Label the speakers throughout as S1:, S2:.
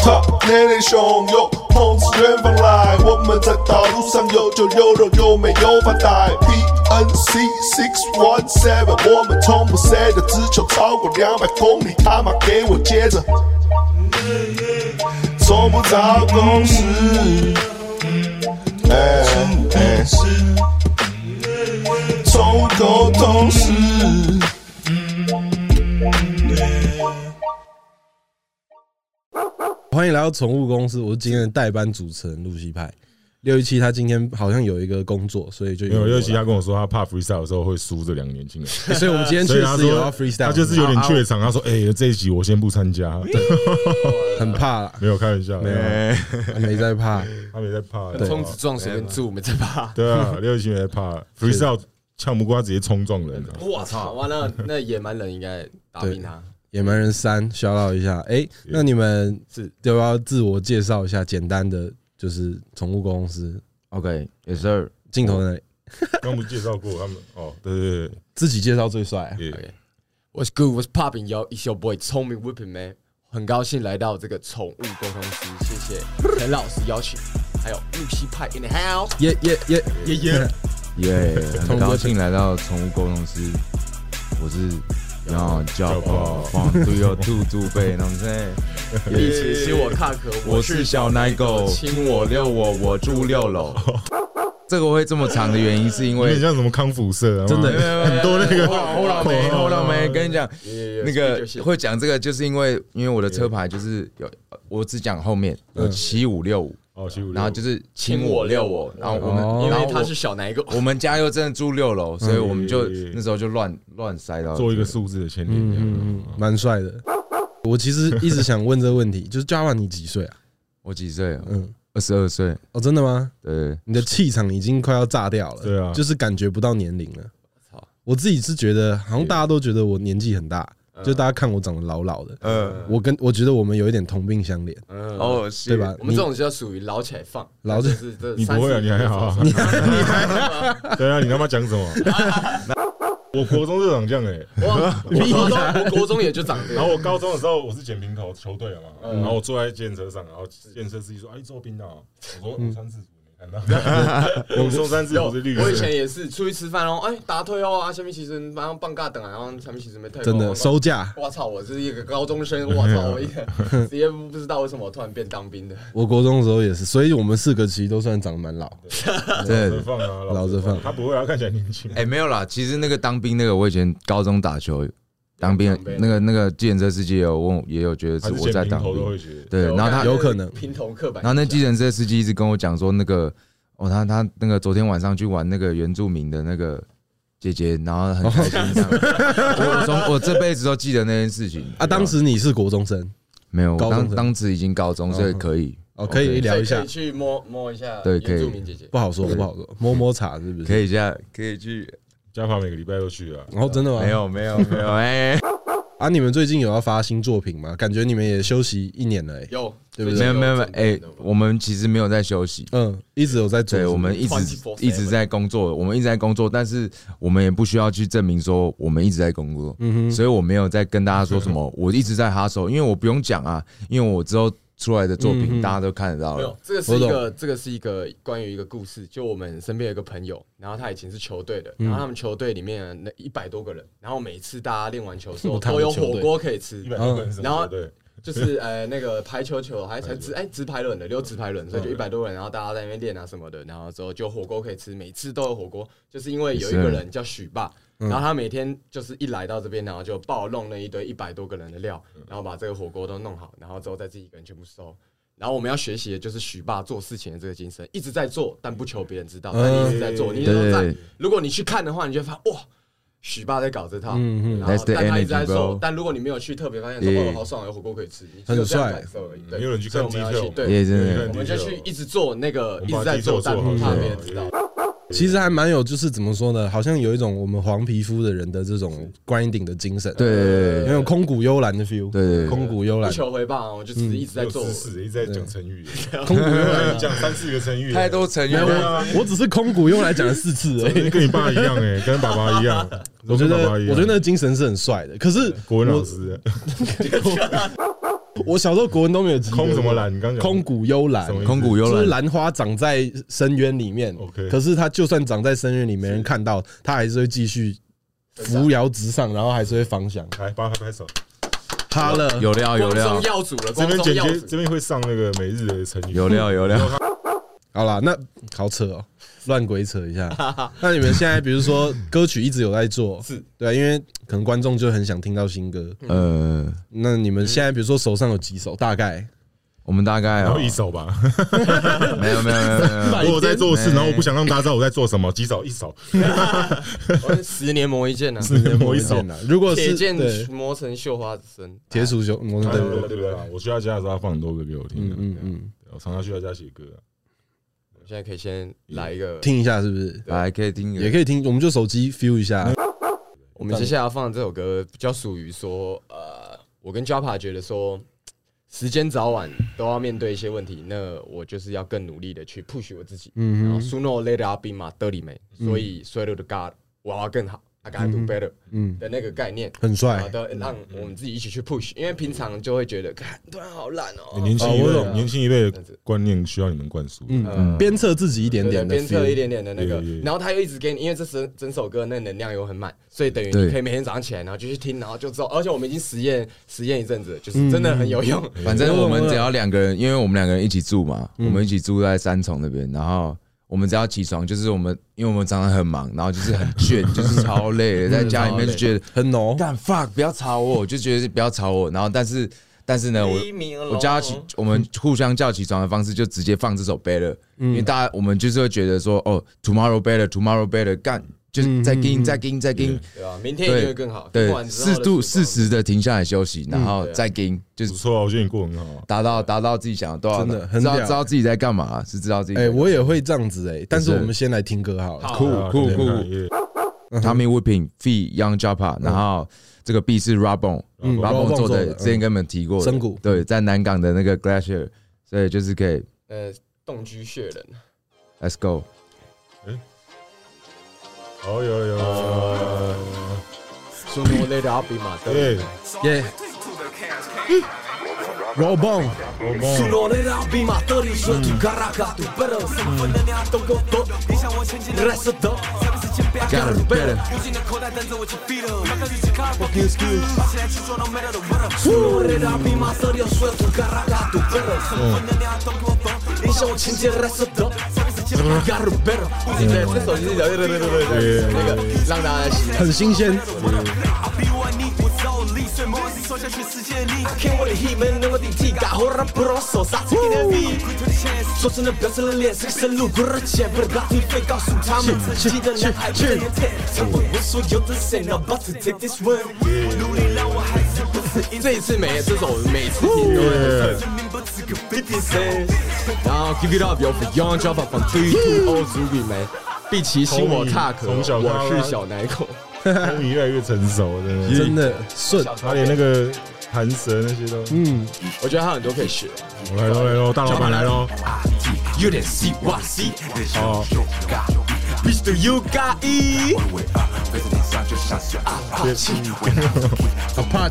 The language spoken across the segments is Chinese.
S1: 操，年龄汹涌，梦自远方来。我们在道路上有酒有肉，又没有发呆。PNC six one seven，我们从不 s 的直球超过两百公里，他妈给我接着，从不找公式。哎哎，从不沟通时。
S2: 欢迎来到宠物公司，我是今天的代班主持人露西派。六一七他今天好像有一个工作，所以就
S3: 没有，
S2: 由我
S3: 尤其
S2: 来
S3: 他跟我说他怕 freestyle 的时候会输这两个年轻人，
S2: 欸所以我们今天
S3: 所
S2: 确
S3: 以他
S2: 实有要
S3: 说
S2: freestyle，
S3: 他就是有点怯场。他说：“哎，这一集我先不参加。”对，
S2: 很怕啦，
S3: 没有开玩笑，
S2: 没有没在 怕。
S3: 他没在怕，对
S4: 冲子撞谁跟柱没在怕。
S3: 对啊，六七没在怕 freestyle 呛木瓜直接冲撞人啊，
S4: 我操！ 哇，那那野蛮人应该打
S2: 对
S4: 赢他。
S2: 野蛮人三小老一下，哎，那你们
S4: 是
S2: 要不要自我介绍一下？简单的就是宠物公司
S5: OK，也是
S2: 镜头
S3: 哦
S2: 那里
S3: 刚不是介绍过他们哦，对对对
S2: 自己介绍最帅啊。
S3: 对也
S4: OK，我是 Good，我是 Popping 幺，一小 boy，聪明 Whipping man，很高兴来到这个宠物沟通师，谢谢陈老师邀请，还有露西派 in the house。
S2: 耶耶耶耶耶！
S5: 耶，
S2: 从
S5: 很高兴来到宠物沟通师，我是然后叫宝放都有兔兔背，那我们现在
S4: 一起吸我看可，
S5: 我是小奶狗，亲我遛我，我住六楼。这个会这么长的原因是因
S3: 有点
S5: 为
S3: 像什么康复社啊，
S2: 真的
S3: 妈
S5: 很
S3: 多那个
S5: 我老梅，我老梅，跟你讲，那个
S4: 会
S5: 会讲这个，就是因为因为我的车牌就是有，我只讲后面有七五六五，
S3: 哦，七五六
S5: 然后就是亲我遛我，然后我
S2: 哦
S5: 们
S4: 因
S5: 然后
S4: 为
S5: 我
S4: 他是小奶狗，
S5: 我们家又真的住六楼，所以我们就
S3: 嗯
S5: 那时候就乱乱塞到
S3: 做一个数字的牵 连
S2: 嗯
S3: 这样。
S2: 嗯嗯，蛮帅的。我其实一直想问这个问题，就是 Java 你几岁啊？
S5: 我几岁？啊
S2: 嗯，
S5: 二十二岁。
S2: 哦，真的吗？
S5: 对，
S2: 你的气场已经快要炸掉了，
S3: 对啊
S2: 就是感觉不到年龄了
S4: 操。
S2: 我自己是觉得，好像大家都觉得我年纪很大，就大家看我长得老老的。
S5: 呃，
S2: 我跟我觉得我们有一点同病相怜，
S4: 嗯，
S5: 哦，
S2: 对吧？
S4: 我们这种就属于捞起来放，
S2: 捞起来
S4: 就是这
S3: 你不会啊，你还好 啊，
S4: 30
S3: 对啊，你他妈讲什么？我国中就长这样哎、
S4: 哇，我国 中我国中也就长这
S3: 然后
S4: 样，
S3: 我高中的时候我是捡平头球队的嘛，
S4: 嗯
S3: 然后我坐在健车上，然后健车司机说：“哎，你做冰的啊？”我说：“
S4: 嗯
S3: 我穿制服没看到。” 我们说穿 制服是绿
S4: 我以
S3: 色。
S4: 前也是出去吃饭哦，哎，打退哦啊，下面其实马上放尬等啊，然后下面其实没退哦，
S2: 真的
S4: 我
S2: 收假。
S4: 我操！我是一个高中生，我操！我一个直接不知道为什么我突然变当兵的。
S2: 我国中的时候也是，所以我们四个其实都算长得蛮老。
S5: 真
S3: 老着
S5: 的。
S3: 放啊，
S2: 老着放
S3: 他不会啊，他看起来年轻。
S5: 哎，没有啦，其实那个当兵那个，我以前高中打球当兵
S4: 当兵，
S5: 那个那个计程车司机也有问我，也有觉得
S3: 他
S5: 是
S3: 是
S5: 我
S3: 捡
S5: 在
S3: 平
S5: 当
S3: 头都
S5: 兵
S3: 会。觉得。
S5: 对，然后他
S4: 我看
S2: 有可能
S4: 平头刻板印象。
S5: 然后那计程车司机一直跟我讲说，那个哦，他他那个昨天晚上去玩那个原住民的那个姐姐，然后很开 心这样。我从我这辈子都记得那件事情
S2: 啊，当时你是国中生
S5: 没有，
S2: 高中
S5: 我当
S2: 生
S5: 当时已经高中，所以可以
S2: 哦，可以聊一
S4: 所
S2: 下
S4: 以可以，去摸摸一下
S5: 对可以
S4: 原住民姐姐。
S2: 不好说，不好说，摸摸茶是不
S5: 可
S2: 是？
S5: 以这样，可以去。
S3: 加法每个礼拜都去啊，
S2: 然后真的吗？
S5: 没有没有 没有，哎，
S2: 啊，你们最近有要发新作品吗？感觉你们也休息一年了、欸，
S4: 有
S2: 对不对
S5: 没有没有没有，哎
S4: 哎，，
S5: 我们其实没有在休息。
S2: 嗯，一直有在做
S5: 对，
S2: 是不是，
S5: 我们一直
S4: 24/7
S5: 一直在工作，我们一直在工作，但是我们也不需要去证明说我们一直在工作，
S2: 嗯
S5: 所以我没有在跟大家说什么，我一直在哈手，因为我不用讲啊，因为我之后出来的作
S2: 嗯
S5: 品大家都看得到
S4: 没
S5: 了
S4: 有，，这个是一
S2: 我
S4: 个，这个是一个关于一个故事。就我们身边有一个朋友，然后他以前是球队的，然后他们球队里面那一百多个人，然后每次大家练完球之后
S2: 他们
S4: 都有
S2: 球队
S4: 火锅可以吃
S3: 一，百多个人是
S4: 嗯然后
S3: 对，
S4: 就是呃那个排球球嗯还才直哎直排轮的溜直排轮，所以就一百多人，然后大家在那边练啊什么的，然后之后就火锅可以吃，每次都有火锅，就是因为有一个人叫许爸，然后他每天就是一来到这边，然后就暴弄那一堆一百多个人的料，然后把这个火锅都弄好，然后之后再自己一个人全部收。然后我们要学习的就是许爸做事情的这个精神，一直在做，但不求别人知道，但你一直在做，你一直都在
S5: 对。
S4: 如果你去看的话，你就会发现哇，许爸在搞这套，
S2: 嗯嗯
S4: 然后
S5: That's the
S4: 但他一直在
S5: energy,
S4: 瘦
S5: bro，
S4: 但如果你没有去特别发现说
S5: Yeah
S4: 哦好爽，有火锅可以吃，你只有
S2: 很帅
S4: 这样感受而已。对
S3: 没有人去看
S4: 所以我们要
S3: detail
S4: 去
S5: 也
S4: 对，
S5: 真
S3: 对
S5: 的
S4: 我们就去一直做那个
S3: 我
S4: 一
S3: 们把
S4: 直在做，
S3: detail
S4: 但
S3: 做好
S4: 不怕
S3: 对
S4: 别人知道。
S2: 其实还蛮有，就是怎么说呢，好像有一种我们黄皮肤的人的这种 grinding 的精神，，啊
S5: 对
S2: 有一种空谷幽兰的 feel，
S5: 对对对
S2: 空谷幽
S4: 不
S2: 兰，
S4: 求回报，我就只是一直在
S3: 有
S4: 做
S3: 知。识，一直在讲成语，
S2: 空谷幽兰，
S3: 讲三四个成语，
S5: 太多成语
S2: 没有，
S5: 了，
S2: 我我只是空谷幽兰讲了四次而已。
S3: 跟你爸一样哎，跟爸爸一样，
S2: 我觉
S3: 跟
S2: 得，
S3: 爸爸一
S2: 我
S3: 样
S2: 觉得那个精神是很帅的。可是
S3: 国文老师，
S2: 我小时候国文都没有及格
S3: 空什么兰？你刚讲
S2: 空谷幽兰
S3: 什，么意思
S5: 空谷幽
S2: 就是
S5: 兰，
S2: 兰花长在深渊里面。
S3: OK
S2: 可是它就算长在深渊里没人看到，它还是会继续扶摇直上，然后还是会方向。
S3: 来，帮他拍拍手。
S2: 哈了，
S5: 有料有
S4: 光宗
S5: 料
S4: 耀祖了，
S3: 这
S4: 光
S3: 边
S4: 宗
S3: 剪
S4: 耀
S3: 接，
S4: 祖
S3: 这。边会上那个每日的成语。
S5: 有料有料，
S2: 好啦，那好扯哦，乱鬼扯一下。那你们现在比如说歌曲一直有在 做，
S4: 是
S2: 对啊，因为可能观众就很想听到新歌。
S5: 呃，
S2: 那你们现在比如说手上有几首，大概
S5: 我们大概
S3: 然
S5: 哦
S3: 后一首吧，
S5: 没有 没有没有没有没有，
S3: 如果在做事， 然后我不想让大家知道我在做什么，几首一 首，
S4: 十年磨一剑 呢，
S3: 只能摸一首。
S2: 呢？如果
S4: 铁
S2: 是
S4: 剑
S2: 对
S4: 磨成绣花针。
S2: 铁杵熊魔嗯
S3: 对
S2: 对
S3: 哎对对对，我去他家的时候，他放很多歌给我听
S2: 嗯
S3: 的。
S2: 嗯嗯，
S3: 对我常常去他家写歌啊，
S4: 我现在可以先来一个，
S2: 听一下是不是？
S5: 来可以听一
S2: 也
S5: 个，
S2: 可以听，我们就手机 feel 一下。
S4: 我们接下来要放的这首歌比较属于说，呃，我跟 Japa 觉得说，呃时间早晚都要面对一些问题，那我就是要更努力的去 push 我自己。
S2: 嗯
S4: 然后
S2: 哼
S4: sooner or later I'll be my dirty man，所以 swear to God，我要更好，I gotta do better
S2: 嗯，
S4: 的那个概念。
S2: 很帅
S4: 好。的，让我们自己一起去 push，因为平常就会觉得，看突然好烂哦，
S3: 你哎年轻一啊
S2: 我
S3: 辈，
S2: 懂
S3: 年轻一辈的观念需要你们灌输。
S2: 嗯，鞭策自己一点点的
S4: 对对鞭策
S2: feel
S4: 一点点的那个
S3: 对对，对
S4: 然后他又一直给你，因为这整整首歌那能量又很满，所以等于
S5: 对
S4: 你可以每天早上起来，然后就去听，然后就知道，而且我们已经实验实验一阵子，
S5: 嗯
S4: 就是真的很有用。
S5: 反正我们只要两个人，因为我们两个人一起住嘛，
S2: 嗯
S5: 我们一起住在三重那边，然后我们只要起床，就是我们因为我们常常很忙，然后就是很倦，就是超累的，在家里面 就觉得
S2: 很浓。
S5: 干 fuck，不要吵我，就觉得不要吵我，然后但是但是呢，我
S4: 黎明了
S5: 我叫他起，我们互相叫起床的方式就直接放这首 Better，因
S2: 嗯
S5: 为大家我们就是会觉得说哦，Tomorrow Better，Tomorrow Better，干就是再
S2: 嗯嗯
S5: 跟
S2: 嗯
S5: 再跟再跟，
S4: 对吧？明天一定会
S5: 对
S4: 更好。过
S5: 对，
S4: 完之后
S5: 适
S4: 的
S5: 度
S4: 时光
S5: 适时的停下来休
S2: 嗯
S5: 息，然
S4: 啊
S5: 后再跟就是
S3: 不错啊，我觉得你过得很好啊。
S5: 达到达到自己想要多少，
S2: 真的很
S5: 知道
S2: 屌
S5: 知道自己在干嘛，啊是知道自己。
S2: 哎，我也会这样子哎，但是我们先来听歌好了。
S4: 好
S5: 酷
S3: 对啊
S5: 酷
S3: 对啊
S5: 酷
S3: 也
S5: ，Tommy Whipping Fee Young Japa，然后这个 B 是 Rabon
S2: 嗯 Rabon
S5: Rabon 做
S2: 嗯做
S5: 的
S2: 的，
S5: 之前跟你们提过的
S2: 深谷
S5: 对，在南港的那个 Glacier，所以就是可以
S4: 呃，动居血人，
S5: Let's go，
S3: 哦有有有有，
S4: 说莫雷的阿比马德，
S3: 对，
S2: 耶 r o b o n
S3: 啊
S6: Sooner or later I'll be my 30 Swear
S5: Mm
S6: to God I got to better 身份能量都够多你想我前进的 rest 的才不是前辈 I gotta do better 无尽的口袋等着我去 feed 不要看自己 car 我 give you 拔起来去做 no matter the weather Sooner or later I'll be my 30 Swear to God I got to better 身份能量都够多你想我前进的 rest 的才不是前辈 I gotta do better 无尽的
S4: 对，这首就是聊对对对对对，那个让大家洗脑。
S2: 很新鲜。
S6: I'll be what I need，我只要有力，所以没问题，说下去世界力。看我的 heat，没人能够顶替。打后让不让我手刹，给点力。说真的，不要吃了脸，这个生路不热钱，不拉低费，告诉他们自己的男孩不能退。成为我所有的 say n o b o t to take this one。努力让我还是不是赢，
S4: 这一次每这首每次听都会。
S6: 证明不止个 fifty cent。
S4: 然后 Give It Up 有 Beyond Java from Three to Old Zubi 没？毕其心我踏壳，
S3: 从小
S4: 我是小奶狗。
S3: 终于越来越成熟，真的。
S2: 真的顺，
S3: 他连那个弹舌那些都，嗯，
S4: 我觉得他很多可以学。
S3: 我来喽来喽，大老板来喽，
S6: 有点 C Y C，
S3: 哦，
S6: 必须得有尬
S4: E
S6: 意。
S3: 阿爸，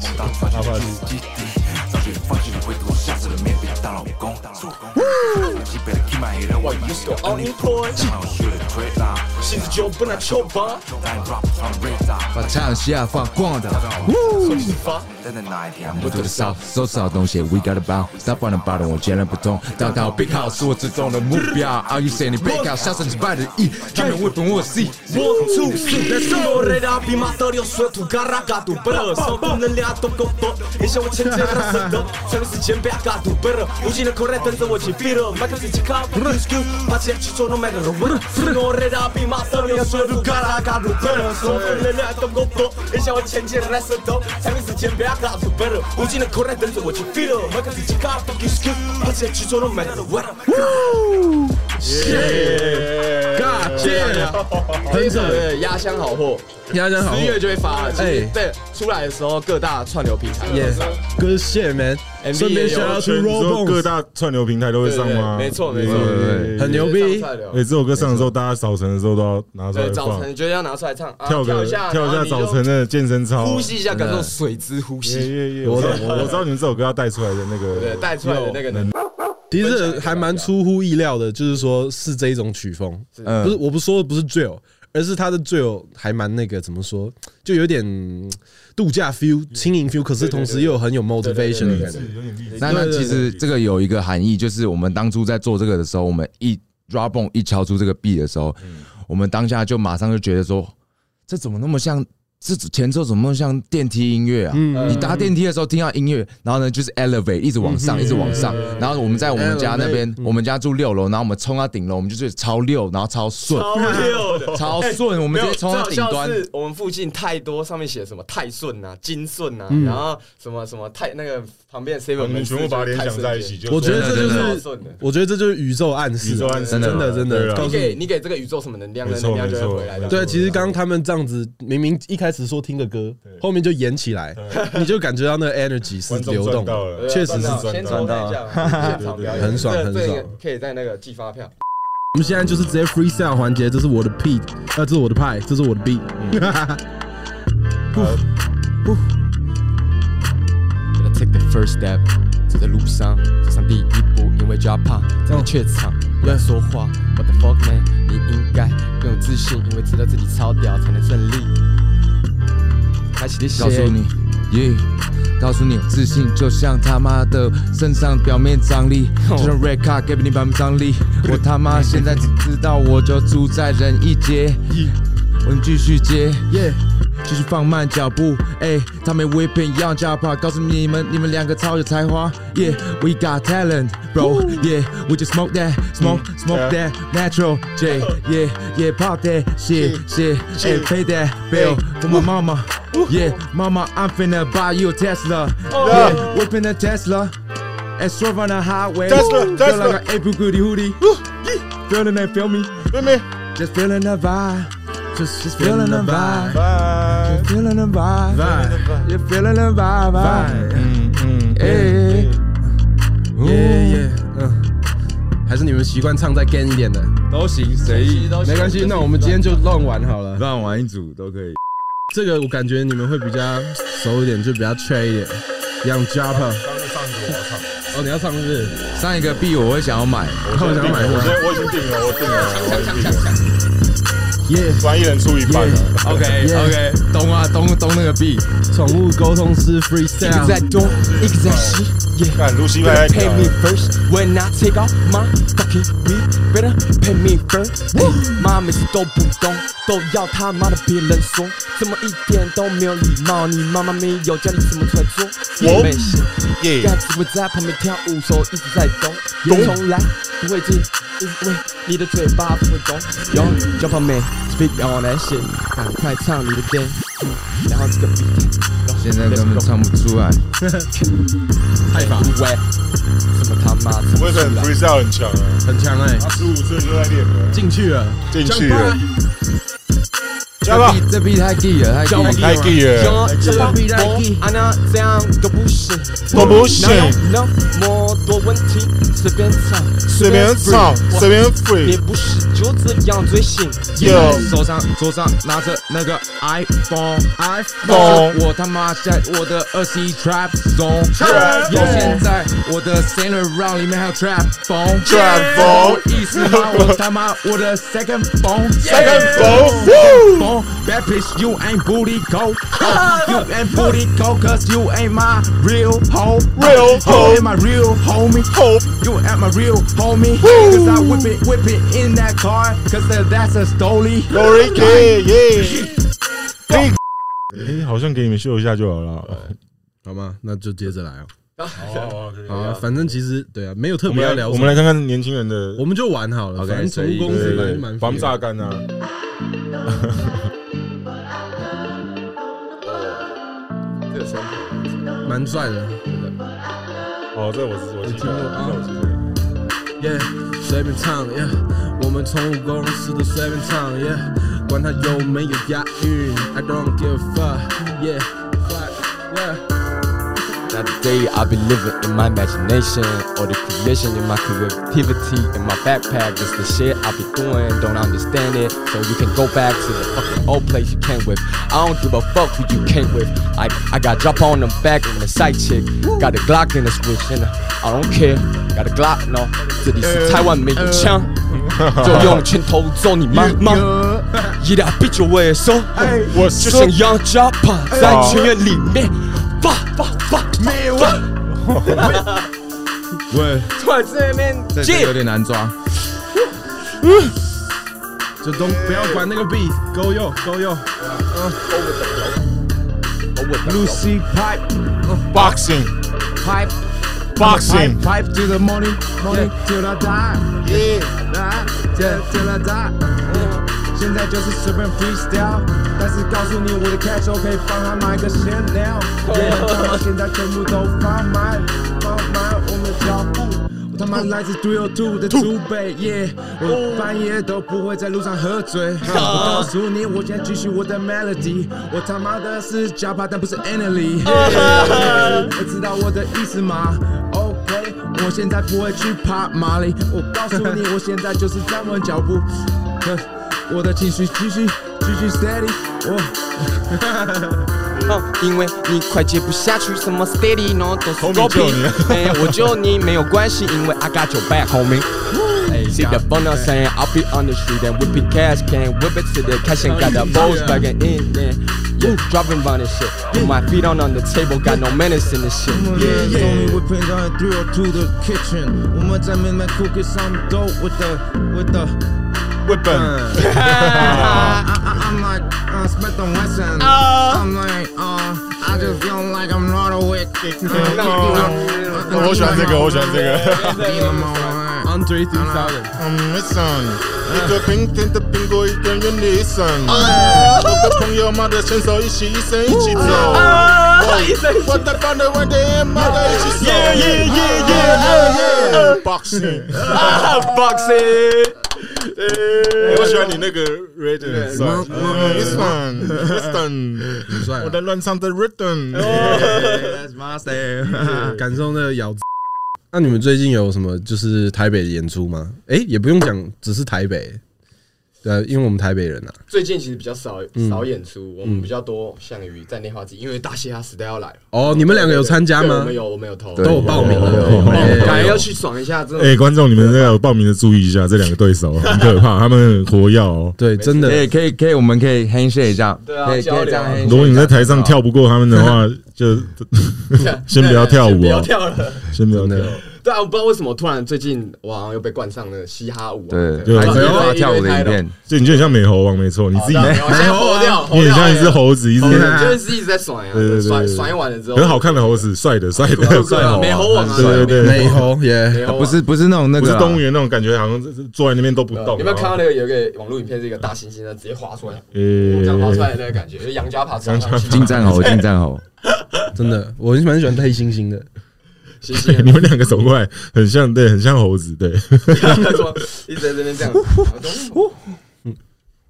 S6: 我 used to own it for 薪资就不能抽吧，
S5: 把唱下放光的。我做的少，收拾好东西，We got a bound。Stop on the bottom，我截然不同。大到 Big House 是我最终的目标。Are you saying Big House？下身击败的 E，他们会粉我 C。
S6: One two three，let's go。热到比马特六水土嘎啦嘎嘟贝勒，双方能量都够多，影响我前进的舌头，才能是前辈嘎嘟贝勒，无尽的口袋等着我去 feed 麦克自己靠不住 skill，爬起来去做 no matter what。我热到比马特六水土嘎啦嘎嘟贝勒，双方能量都够多，影响我前进的舌头，才能是前辈嘎嘟贝勒，无尽的口袋等着我去 feed 麦克自己靠不住 skill，爬起来去做 no matter what。
S4: God damn！这一首的压箱好货，
S2: 大家好
S4: 十一月就会发了。哎
S2: 哎，
S4: 对，出来的时候各大串流平台
S2: ，Yeah，good shit man，
S4: MV
S2: 顺便
S4: 也有
S2: shout out to
S3: 全洲各
S2: Robones，
S3: 大串流平台都会
S4: 对对
S3: 上吗？
S4: 对没错没
S3: 对
S4: 错，
S5: 对
S2: 很牛
S4: 就是
S2: 逼
S4: 上，串流
S3: 哎，这首歌上的时候，大家早晨的时候都要拿出来
S4: 对，早
S3: 放，
S4: 晨就要拿出来唱，啊
S3: 跳个
S4: 一下，
S3: 跳一下
S4: 然后你就
S3: 早晨的健身操，
S4: 呼吸一下，感受水之呼
S3: 耶
S4: 吸，
S3: 耶耶！我知道我知道你们这首歌要带出来的那
S4: 对，
S3: 个，
S4: 带出来的那个能量，
S2: 其实还蛮出乎意料的，就是说是这一种曲风，
S5: 嗯
S2: 不是我不说不是 drill，而是他的 drill 还蛮那个怎么说，就有点嗯度假 feel、轻
S3: 嗯
S2: 盈 feel，可是同时又很有 motivation 的感觉。
S3: 有点励志
S5: 那那
S2: 对对
S5: 其实这个有一个含义，就是我们当初在做这个的时候，我们一 r a b o n 一敲出这个 B 的时候，
S4: 嗯
S5: 我们当下就马上就觉得说，这怎么那么像？这前奏怎么那么像电梯音乐啊？
S2: 嗯
S3: 嗯
S5: 你搭电梯的时候听到音乐，然后呢就是 elevate 一直往
S4: 嗯
S5: 上，一直往上。然后我们在我们家那边，我们家住六楼，然后我们冲到顶楼，我们就觉得超溜，然后超顺，
S4: 超溜的。
S5: 超顺，我
S4: 没
S5: 们直
S4: 有，最
S5: 接冲到
S4: 好
S5: 顶
S4: 笑
S5: 端。
S4: 是我们附近太多，上面写什么泰顺呐、金顺呐、然后什么什么泰那个旁边的 seven，
S3: 你们全部把它联想在一起，。就
S2: 我觉得这就
S5: 对
S4: 对对
S2: 是
S4: 对，
S2: 我觉得这就是宇宙暗示啊，
S3: 宇宙暗示
S2: 真的
S3: 啊
S2: 真的
S3: 对啊
S2: 告
S4: 你
S2: 诉你
S4: 给你给这个宇宙什么能量，
S3: 没
S4: 那
S3: 错
S4: 能量就
S3: 没
S4: 会
S3: 错
S4: 回来
S3: 没
S4: 的。
S3: 错
S2: 对，啊其实刚刚他们这样子，明明一开始说听个歌，后面就演起来，你就感觉到那个 energy 是
S3: 观众
S2: 流动
S3: 赚到
S2: 的，
S3: 了，啊
S2: 确实是赚
S4: 先
S3: 赚
S4: 抽
S3: 到。
S4: 看一下现场表演，
S2: 很爽
S4: 这
S2: 很
S4: 这
S2: 爽
S4: 个可以在那个寄发票。
S2: 我们现在就是直接 freestyle 环节，这是我的 P，呃，这是我的派，这是我的 B。
S6: Gotta take the first step，走在路上，走上第一步，因为就要怕站在怯场，不敢说话。What the fuck man，你应该更有自信，因为知道自己超屌才能胜利。开启的
S5: 告诉
S6: 鞋，
S5: 你，耶、告诉你，自信就像他妈的身上表面张力，
S4: 哦
S5: 就像 red car 给你表面张力。我他妈现在只知道，我就住在仁义街。我们继续接，耶、继续放慢脚步，哎，他们 whipping 一样就要跑。告诉你们，你们两个超有才华，Yeah，we got talent, bro, yeah，we just smoke that, smoke,
S3: Mm
S5: smoke that natural, J, yeah, yeah, pop that shit, shit, and pay that bill for my mama, yeah, mama, I'm finna buy you a Tesla,
S3: Oh
S5: yeah, whipping a Tesla. And swerve on the highway.
S3: Tesla,
S5: Feel
S3: Tesla.
S5: like an April Goody Hootie. Feeling that, feel me? Just feeling the vibe. Just, just feeling the vibe. Just feeling the vibe.
S2: Vibe.
S5: You're feeling the vibe. vibe.
S3: 嗯嗯，
S5: Hey,
S2: 耶耶，
S3: 哦
S2: 嗯，还是你们习惯唱再 gan 一点的，
S5: 都行，随意，
S2: 没关系。那我们今天就乱玩好了。
S5: 乱玩一
S2: 嗯
S5: 组都可以。
S2: 这个我感觉你们会比较熟一点，就比较 c h 一点。Young Japa，
S3: 刚上一个我唱，
S2: 哦，你要唱是不是？哦
S5: 上一个币我会想要买，
S2: 看我想 买什
S3: 我
S2: 么？
S3: 我已经定了，我定了，我已经定了，
S2: 耶，
S3: 不然一人出一半了。
S5: OK OK，东啊东东那个币，
S2: 宠物沟通师
S6: 一个
S2: freestyle
S6: 在。东，一个在西。Yeah.
S3: 看卢西白
S6: Better pay me first when I take off my fucking weed. Better pay me first。妈每次都不懂，都要他妈的别人说，怎么一点都没有礼貌？你妈妈没有教你怎么出来做？
S3: 我
S6: 没事，
S3: 耶
S6: 但只会在旁边跳舞，手一直在动，从来不会进。因为你的嘴巴不会动。Yo, jump on me, speak on that shit，赶快唱你的 dance，然后这个 beat，
S5: 现在根本唱不出来。
S6: 太烦。喂，什么他妈唱不
S3: 我也是很
S6: 出来？
S3: freestyle 很强啊，
S2: 很强哎，
S3: 他十五岁就在练了，
S2: 进去了，
S3: 进去了，加吧
S5: 这，币这币太 gay 了，太 gay 了。
S3: 太 g 了，
S6: 要这样我啊那这样都不行，
S3: 都不行
S6: 哪有那么多问题，随便唱，
S3: 随便唱，随便
S6: 你
S3: free，
S6: 不是就这样最行？
S3: 有
S5: 手上桌上拿着那个 iPhone。
S3: 懂
S5: 我他妈在我的二十一 trap zone，
S3: Trap
S5: 有
S3: zone
S5: 现在我的 center round 里面还有 trap phone。
S3: Trap
S5: 我
S3: phone
S5: 意思吗？我他妈我的 second phone。
S3: Second phone
S5: Second phone。Bad bitch you ain't booty go。You ain't booty go cause you ain't my real hoe。
S3: Real hoe
S5: You ain't my real homie。
S3: hope
S5: You ain't my real homie. Cause I whip it whip it in that car cause that's a stoley。
S3: glory k 耶。哎，好像给你们秀一下就好了。
S2: 好吗？那就接着来哦。
S3: 好，
S2: 好啊，反正其实对啊，没有特
S3: 我
S2: 别
S3: 们
S2: 要
S3: 来，
S2: 聊什么。
S3: 我们来看看年轻人的
S2: 我们就玩好了。
S5: OK，
S2: 反正宠物公司
S5: 随
S2: 蛮
S3: 对
S5: 意
S2: 蛮
S3: 对
S2: 蛮
S3: 防
S2: 废的
S3: 榨干啊，
S4: 这个声音
S2: 蛮帅的。
S3: 哦，这我是我记
S2: 听过
S3: 得，
S2: 啊
S3: 这我记得。
S7: 耶，随便唱耶，我们从无公司的随便唱耶，管它有没有押韵，I don't give a fuck，耶，fuck yeah。
S6: Now today I've been living in my imagination, all the creation in my creativity in my backpack. It's the shit I be doing, don't understand it. So you can go back to the fucking old place you came with. I don't give a fuck who you came with. I I got drop on the back and a side chick, got a Glock in the switch, and uh, I don't care. Got a Glock, no. 这里是台湾没有枪，就用拳头揍你妈妈。
S2: 呃
S6: 一大bitch 我也收，
S3: Uh,
S2: 哎
S6: 我就像杨家趴在庭院里面，发发发。
S5: 没喂喂，
S6: 突然这边
S5: 这这有点难抓。
S2: 就都不要管那个 beat，Go yo，Go yo。
S5: Lucy pipe
S3: Boxing
S5: pipe
S3: Boxing
S5: pipe to the morning morning till I die yeah till till I die。现在就是随便 freestyle，但是告诉你我的 cash 可以帮他买个闲聊。Yeah，现在全部都贩卖，贩卖我们的脚步。我他妈来自 t h r e 的祖北，Yeah，我半夜都不会在路上喝醉。我告诉你，我现在继续我的 melody，我他妈的是 Java，但不是 Annaly。知道我的意思吗？OK，我现在不会去怕马里。我告诉你，我现在就是站稳脚步。呵我的情绪继续继续 steady，我。
S6: 嗯，因为你快接不下去，什么 steady no 都是
S3: Homie，救你
S6: 哎，我救你没有关系，因为 I got your back, homie. See the phone I'm saying I'll be on the street and whipping cash can whip it to the cash and got the balls back and in there. Yeah, dropping round and shit. Put my feet on on the table, got no menace in this shit.
S7: 我们的终于会陪到 three or two 的 kitchen，我们在 midnight cooking some dope with the with the
S2: 哎
S3: Weapon
S7: I, I, I'm like uh, Smith and Wesson. I'm like uh, I just feel like I'm not awake. Uh, uh, uh,
S3: 我喜欢这个我喜欢这个
S7: I'm alright.
S2: Andre t h o
S3: I'm missing
S2: 哎
S3: 一个冰天的苹果，一根原理一生。
S2: 哎
S3: 我的朋友，妈的，牵手一起一生一起走。
S2: 哎
S3: 我的班的晚点，妈的，一起走。Boxing，
S6: Boxing.
S3: 我喜欢你那个 rhythm，Missing Missing，
S2: 帅啊
S3: 我在乱唱的 rhythm。
S7: That's my style.
S2: 感受那个咬字。那你们最近有什么就是台北的演出吗？哎，也不用讲，只是台北。对啊，因为我们台北人啊，
S4: 最近其实比较少少演出，我们比较多项羽在内化自己，因为大嘻哈时代要来了。
S2: 哦，你们两个有参加
S4: 对我
S2: 吗
S4: 们？有，我们有投，
S2: 都有报名了。
S4: 感觉要去爽一下，真
S3: 哎，
S4: 的。
S3: 观众，你们这个有报名的注意一下，这两个对手很可怕，他们很活跃哦。
S2: 哎对，真的
S5: 可以可以可以，我们可以 handshake 一下，
S4: 对啊
S5: 可以可
S4: 交
S5: 以这
S4: 流
S5: 样
S4: 啊
S5: handshake 一下。
S3: 如果你在台上跳不过他们的话，就先不要跳舞
S4: 不要
S3: 哦，
S4: 跳了。
S3: 先不要
S2: 真
S3: 跳。
S2: 的。
S4: 对啊，我不知道为什么突然最近我好像又被冠上了嘻哈舞王。
S5: 对，
S3: 对
S5: 还是
S3: 哎呦
S5: 发跳舞的影片，
S3: 就你就很像美猴王，没错，你自己
S4: 好 的，我现在活掉，
S3: 你
S4: 活
S3: 很
S4: 掉
S3: 像一只
S4: 哎
S3: 猴子，一
S4: 我
S3: 只
S4: 们就是一直在甩呀，
S3: 对对对
S4: 甩
S3: 对
S4: 甩完了之后，
S3: 很好看的猴子，帅的帅的，
S4: 对啊，美猴王啊，
S3: 对对对
S2: 美 猴哎耶，
S4: 美猴王
S5: 不是不是那种那
S3: 啊不
S5: 个
S3: 是
S5: 啊
S3: 动物园那种感觉，好像是坐在那边都不
S4: 对
S3: 动。
S4: 有没有看到
S3: 然后？
S4: 那个有一个网络影片，是一个大猩猩，它直接滑出来，这样滑出
S3: 呃，
S4: 来的那个感觉，就是杨家爬上去，
S5: 金战 猴，金战猴，
S2: 真的，我很蛮喜欢黑猩猩的。
S4: 猩猩
S3: 你们两个走过来，很像，对，很像猴子，对，
S4: 他说一直在这边这样，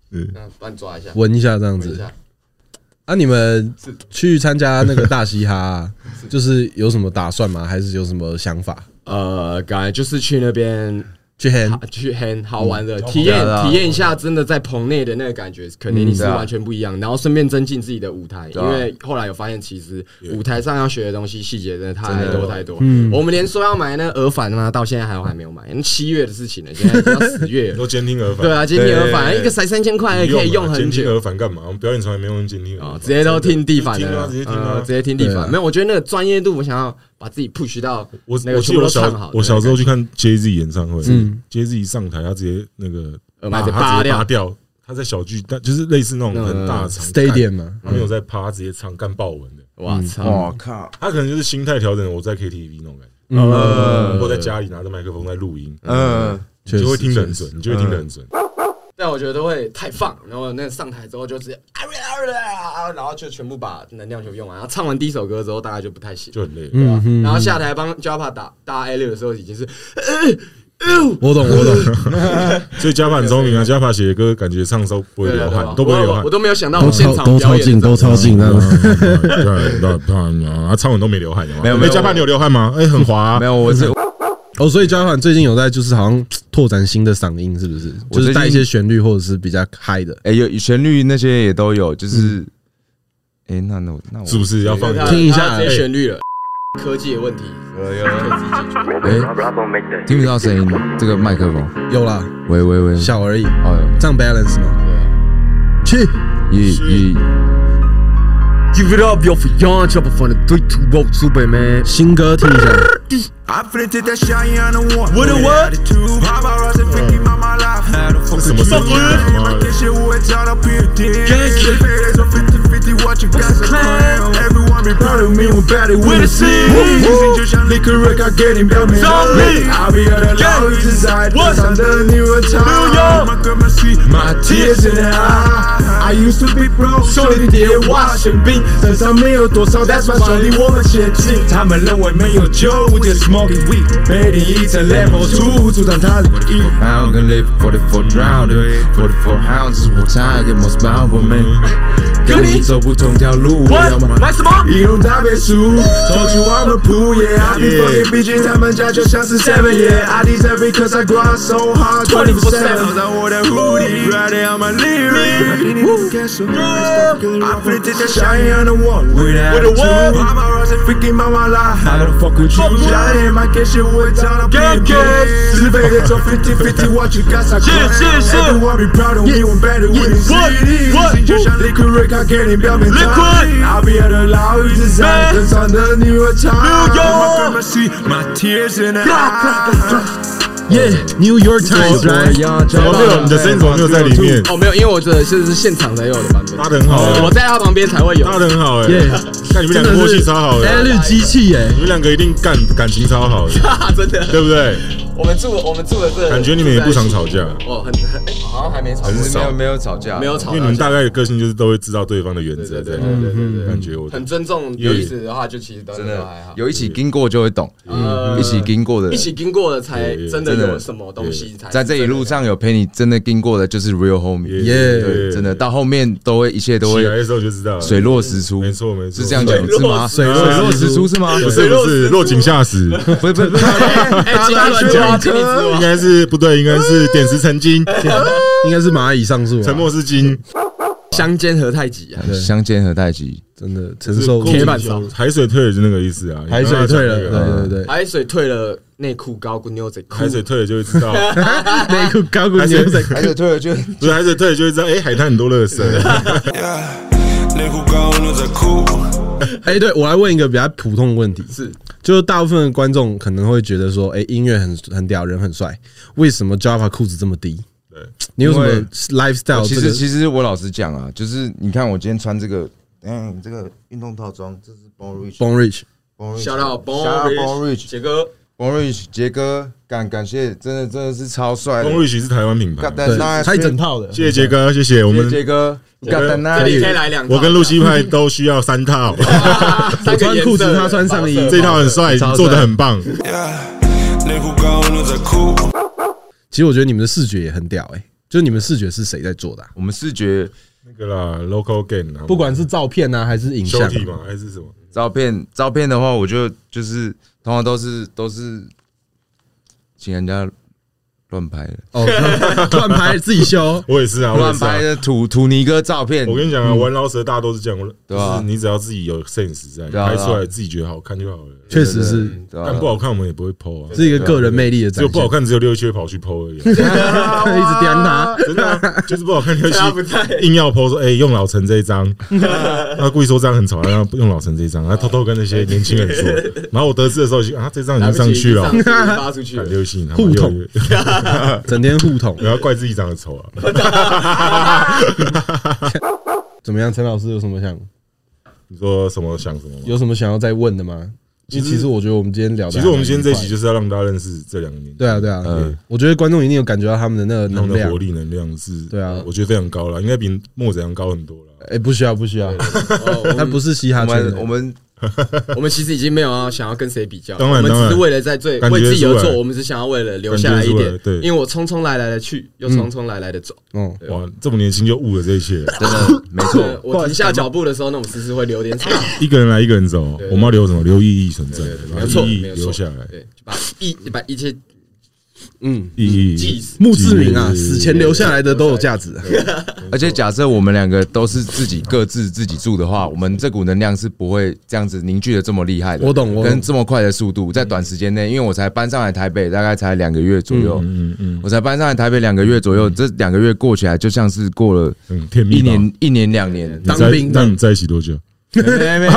S4: 嗯，那帮你抓一下，
S2: 闻一下这样
S4: 闻一
S2: 子
S4: 下。
S2: 啊，你们
S4: 是
S2: 去参加那个大嘻哈啊， 就是有什么打算吗？还是有什么想法？
S4: 呃，感觉就是去那边
S2: 去 hand
S4: 啊去很好玩
S3: 嗯
S4: 的体验
S5: 对啊，
S4: 体验一下真的在棚内的那个感觉，肯定你是完全不一样。然后顺便增进自己的舞台，因
S5: 啊
S4: 为后来有发现，其实舞台上要学的东西细节真的太多太多。
S2: 嗯
S4: 我们连说要买那个耳返嘛，到现在还有还没有买，那七月的事情了，现在已经要十 月了。
S3: 都监听耳返。
S4: 对啊，监听耳返
S3: 对
S4: 一个才三千块，
S3: 不用啊
S4: 可以用很
S3: 监听
S4: 久。
S3: 耳返干嘛？我们表演从来没用监听耳
S4: 啊
S3: 返，
S4: 直接都听地板
S3: 听
S4: 的
S3: 啊
S4: 了，
S3: 直接听
S4: 呃
S3: 啊，
S4: 直接听地
S2: 对啊
S4: 板。没有，我觉得那个专业度，我想要把自己 push 到
S3: 我
S4: 那
S3: 我
S4: 个
S3: 记得
S4: 全
S3: 我
S4: 部都唱
S3: 小
S4: 好。
S3: 我小时候
S4: 就
S3: 去看 Jay Z 演唱会
S2: 嗯
S3: ，Jay Z 一上台，他直接那个
S4: 耳麦直接
S3: 他直接
S4: 拔
S3: 拔掉，他在小巨蛋就是类似那种很大的场
S4: 嗯
S2: stadium 嘛，
S3: 他没有在趴，直接唱干爆文的。
S4: 哇操，
S5: 我靠，
S3: 他可能就是心态调整，我在 KTV 那种感
S4: 嗯
S3: 觉，
S5: 呃
S3: 或在家里拿着麦克风在录音，
S4: 嗯
S5: 呃，
S3: 你
S2: 确
S3: 就会
S2: 实
S3: 听得很准，你就会听得很准。
S4: 但我觉得都会太放，然后那个上台之后就直接啊啊啊，然后就全部把能量全部用完，然后唱完第一首歌之后大概就不太行，
S3: 就很累。
S4: 对吧？然后下台帮 Japa 打打 A 六的时候已经是，呃
S2: 我懂，我懂。
S3: 所以加法很聪明啊，加法写的歌感觉唱的时候不会流汗，都不会流汗
S4: 啊
S3: 啊
S4: 我。都没有想到
S2: 都
S4: 我现
S2: 超
S4: 场
S2: 都
S4: 表
S2: 超
S4: 演
S2: 近，
S4: 的
S2: 都超近，那种
S3: 对，那他唱完都没流汗，
S5: 没有没有
S3: 哎加法你有流汗吗？哎，很滑啊
S5: 没。有，我是
S2: 哦，所以交换最近有在就是好像拓展新的嗓音，是不是？
S5: 我
S2: 就
S5: 最近
S2: 是带一些旋律或者是比较嗨的。
S5: 哎、有旋律那些也都有，就是哎、那那我那我
S3: 是不是要放
S4: 对？他
S2: 听一下
S4: 他
S3: 哎
S4: 直接旋律了。科技的问题，有有科技解决。
S5: 哎、听不到声音，这个麦克风，
S2: 有啦，
S5: 喂喂喂，
S2: 小而已，
S5: 哦，
S2: 这样 balance 吗？去，
S5: 一一
S7: Give it up, yo, for yawn, chopper from the 3 2 roll, super man.
S2: 新歌听一下。
S8: I finna take that shot, you on the one.
S6: With a what? Oh,
S8: Attitude, Paparazzi freaky, my my life. Had a fucking
S3: Some of
S8: kid.
S3: them are
S8: Like that shit with y'all up here, dead.
S6: Gang shit.
S8: Players on 50-50, watch you guys are clown. Everyone be proud of me when bad it
S6: With a
S8: with
S6: C.
S8: Using just your liquor, Rick, I get him down.
S6: Zombie.
S8: I'll be at a
S6: Gang.
S8: loud desire.
S6: What?
S8: I'm the new
S6: New York.
S8: My girl, my sweet, my tears in her eye. I used to be broke, so they did watch and beat. 身上没有多少，That's why 兄弟我们前进。他们认为没有酒，我就是 smoking weed。每天一层 level two，阻挡他的意。
S5: pound can live forty four drowned forty four ounces，我 tiger most powerful man，跟你走不同条路，我要
S6: What？
S5: 买。
S6: 买什么？
S8: 一用大别墅，Told you I'm a pool, yeah I be fucking bitches，他们家就像是 seven, yeah I deserve it cause I grind so hard 24/7。在我的 hoodie, riding on my lyric。I put it to shine on the one with that
S6: With a what?
S8: Paparazzi freaking my my life. I don't fuck with you. Shot in my cash, shit with all the
S6: Gang,
S8: people.
S6: gang.
S8: Elevated to 50 50, what you got, I
S6: Yeah, yeah, yeah.
S8: Everyone be proud of me when better with the
S6: What?
S8: CDs.
S6: What?
S8: Since you shot liquor, Rick, I get it, baby.
S6: Liquid.
S8: I'll be at the loudest
S6: Man.
S8: design Cause I'm the New York Times
S6: New York.
S8: My grandma see my tears in her eyes
S2: Yeah，New York Times，right？
S3: 哎怎么没有你的声音怎么没有在里面？
S4: 哦，没有，因为我这是是现场才有的版本，
S3: 搭的很好啊，
S4: 我在他旁边才会有。
S3: 搭的很好哎。
S2: Yeah，
S3: 看你们两个默契超好的，
S2: 哎，绿 机器耶，
S3: 你们两个一定感感情超好的，
S4: 啊真的，
S3: 对不对？
S4: 我们住我们住的这，
S3: 感觉你们也不常吵架，
S4: 哦，很很哎好像还没吵过，
S3: 很
S5: 没有
S3: 少，
S5: 没有吵架，
S4: 没有
S3: 因
S4: 吵
S3: 为
S4: 到架，
S3: 你们大概的个性就是都会知道对方的原
S4: 对
S3: 则
S4: 对
S3: 这
S4: 对
S3: 样。
S4: 对对对对，
S3: 感觉我
S4: 很尊重有意思的话，就其实真
S5: 真
S4: 的
S5: 的
S4: 哎还好，
S5: 有一起经过就会懂，
S4: 呃
S5: 一起经过的人
S4: 一起经过的才
S3: 对
S4: 真的
S5: 真的
S4: 有什么东西才
S5: 在这一路上有陪你真的经过的，就是 real homie，
S2: Yeah
S5: 对，真的到后面都会一切都
S3: 起来
S5: 会
S3: 的时候就知道了。
S5: 水落石出，
S3: 没错没错，
S5: 是这样讲
S4: 水落
S5: 是吗？
S2: 水落石出
S5: 水落石出是吗？
S3: 不是不是落井下石，
S5: 不是不是不是，
S4: 真的，哎，今天乱讲，请你吃
S3: 应
S4: 我。
S3: 该是不对，应该是点石成金，
S2: 应该是蚂蚁上树吧，啊
S3: 沉默是金，
S4: 相煎何太急啊！
S5: 相煎何太急，
S2: 真的承受
S4: 铁板烧
S3: 海水退了就那个意思啊，
S2: 海水退了，
S3: 你刚刚讲那个
S2: 对对对，
S4: 海水退了，内裤高跟牛仔裤
S3: 海。水退了就会知道，
S2: 内裤高跟
S3: 海
S2: 牛
S3: 水
S2: 仔
S5: 而且退了就
S3: 不是海水退了就会知道，哎，海滩很多垃圾，
S8: 内裤高了在哭
S2: 哎、对我来问一个比较普通的问题，是，就是大部分的观众可能会觉得说，哎、音乐很很屌，人很帅，为什么 Java 裤子这么低？
S3: 对，
S2: 你有什
S5: 因
S2: 么
S5: 为
S2: lifestyle？
S5: 其
S2: 这
S5: 实
S2: 个
S5: 其实我老实讲啊，就是你看我今天穿这个，嗯，你这个运动套装，这是 Born Rich。
S2: Born Rich，
S5: Born
S4: 小到 b
S5: Shout out
S4: o
S5: Born
S4: r
S5: Rich
S4: Rich 哥，
S5: Born Rich 杰哥，感感谢，真的真的是超帅的。
S3: 光瑞喜是台湾品牌
S5: God，
S2: 对
S5: damn，nice，
S2: 他一整套的，
S3: 谢谢杰哥，谢谢我
S5: 谢
S3: 们
S5: 谢，杰哥，God
S3: 我
S5: damn
S3: 跟
S4: 这里可以
S5: nice。
S4: 来两套。
S3: 我跟露西派都需要三套，
S4: 我
S2: 我穿裤子，他穿上衣，
S3: 这套很帅，
S2: 超帅
S3: 做的很棒，
S8: 内裤高了在哭
S2: 其实我觉得你们的视觉也很屌、哎，就是你们视觉是谁在做的啊、
S5: 我们视觉
S3: 那个啦，local gain 啊，
S2: 不管是照片啊，还是影
S3: 修
S2: 像，
S3: 体嘛还是什么，
S5: 照片照片的话，我就就是通常都是都是请人家乱拍的，
S2: 哦， 乱拍自己修，
S3: 我也是啊，我也
S5: 乱
S3: 是啊
S5: 拍的土土尼哥照片
S3: 我。跟你讲啊，玩饶舌大家都是这样，
S5: 对
S3: 就
S5: 啊
S3: 是你只要自己有 sense 在，
S5: 对啊
S3: 拍出
S5: 对
S3: 来
S5: 啊
S3: 自己觉得好看就好了。
S2: 确实是
S5: 对吧
S3: 但不好看我们也不会 PO 啊，
S2: 是一个个人魅力的
S3: 只
S2: 展现，
S3: 有不好看只有六一七会跑去 PO 而已 啊，
S2: 一直颠他，
S3: 真的啊就是不好看六一
S4: 他不在
S3: 七硬要 PO 说，哎，用老陈这一张，他故意说这样很丑，然后用老陈这一张，他偷偷跟那些年轻人说， 然后我得知的时候就啊，这张已
S4: 来
S3: 经
S4: 不
S3: 上
S4: 及
S3: 去了
S4: 上。去发出去了
S3: 看。六一七，
S2: 互捅，
S3: 啊
S2: 整天互捅
S3: 不，要怪自己长得丑啊！
S2: 怎么样？陈老师有什么想
S3: 你说什么想什么吗？
S2: 有什么想要再问的吗？因为其实我觉得我们今天聊的，
S3: 其实我们今天这一集就是要让大家认识这两个年轻人
S2: 对啊对啊，
S5: 嗯
S2: 我觉得观众一定有感觉到他们的那个
S3: 他
S2: 能
S3: 们的
S2: 量
S3: 活。力能量是，
S2: 对啊
S3: 我觉得非常高了，应该比莫子阳高很多了。
S2: 哎、不需要不需要，他不是嘻哈
S5: 我
S2: 圈
S5: 们
S2: 的，
S5: 我们
S4: 哦我们其实已经没有要想要跟谁比较，
S3: 当然
S4: 我们只
S3: 当
S4: 是
S3: 然
S4: 为了在最
S3: 感觉
S4: 为自己而
S3: 出来
S4: 做，我们只想要为了留下来
S3: 感
S4: 一
S3: 觉出
S4: 点
S3: 来。对
S4: 因为我匆匆来来的去，又匆匆来来的走。
S2: 嗯，
S3: 哇，这么年轻就悟了这一切，
S5: 真的没
S4: 对
S5: 错，
S4: 呃我停下脚步的时候，那种思思会留点草，
S3: 一个人来一个人走，
S4: 对
S3: 我们要留什么？留意义存在
S4: 对对，对
S3: 把
S4: 没有错，
S3: 意义
S4: 没有错
S3: 留下来，
S4: 对，就把一把一切
S3: 意
S4: 记
S3: 义
S2: 嗯
S4: 死。
S2: 墓志铭啊，
S3: 记
S2: 死前留下来的都有价值。
S5: 而且假设我们两个都是自己各自自己住的话，我们这股能量是不会这样子凝聚的这么厉害的。
S2: 我懂我懂嗯
S5: 跟这么快的速度，在短时间内，因为我才搬上来台北，大概才两个月左右，
S3: 嗯嗯
S5: 我才搬上来台北两个月左右，这两个月过起来就像是过了
S3: 嗯，甜蜜
S5: 一
S3: 吧
S5: 年一年两年。
S3: 你在
S2: 当兵的
S3: 那你在一起多久？
S5: 没没没，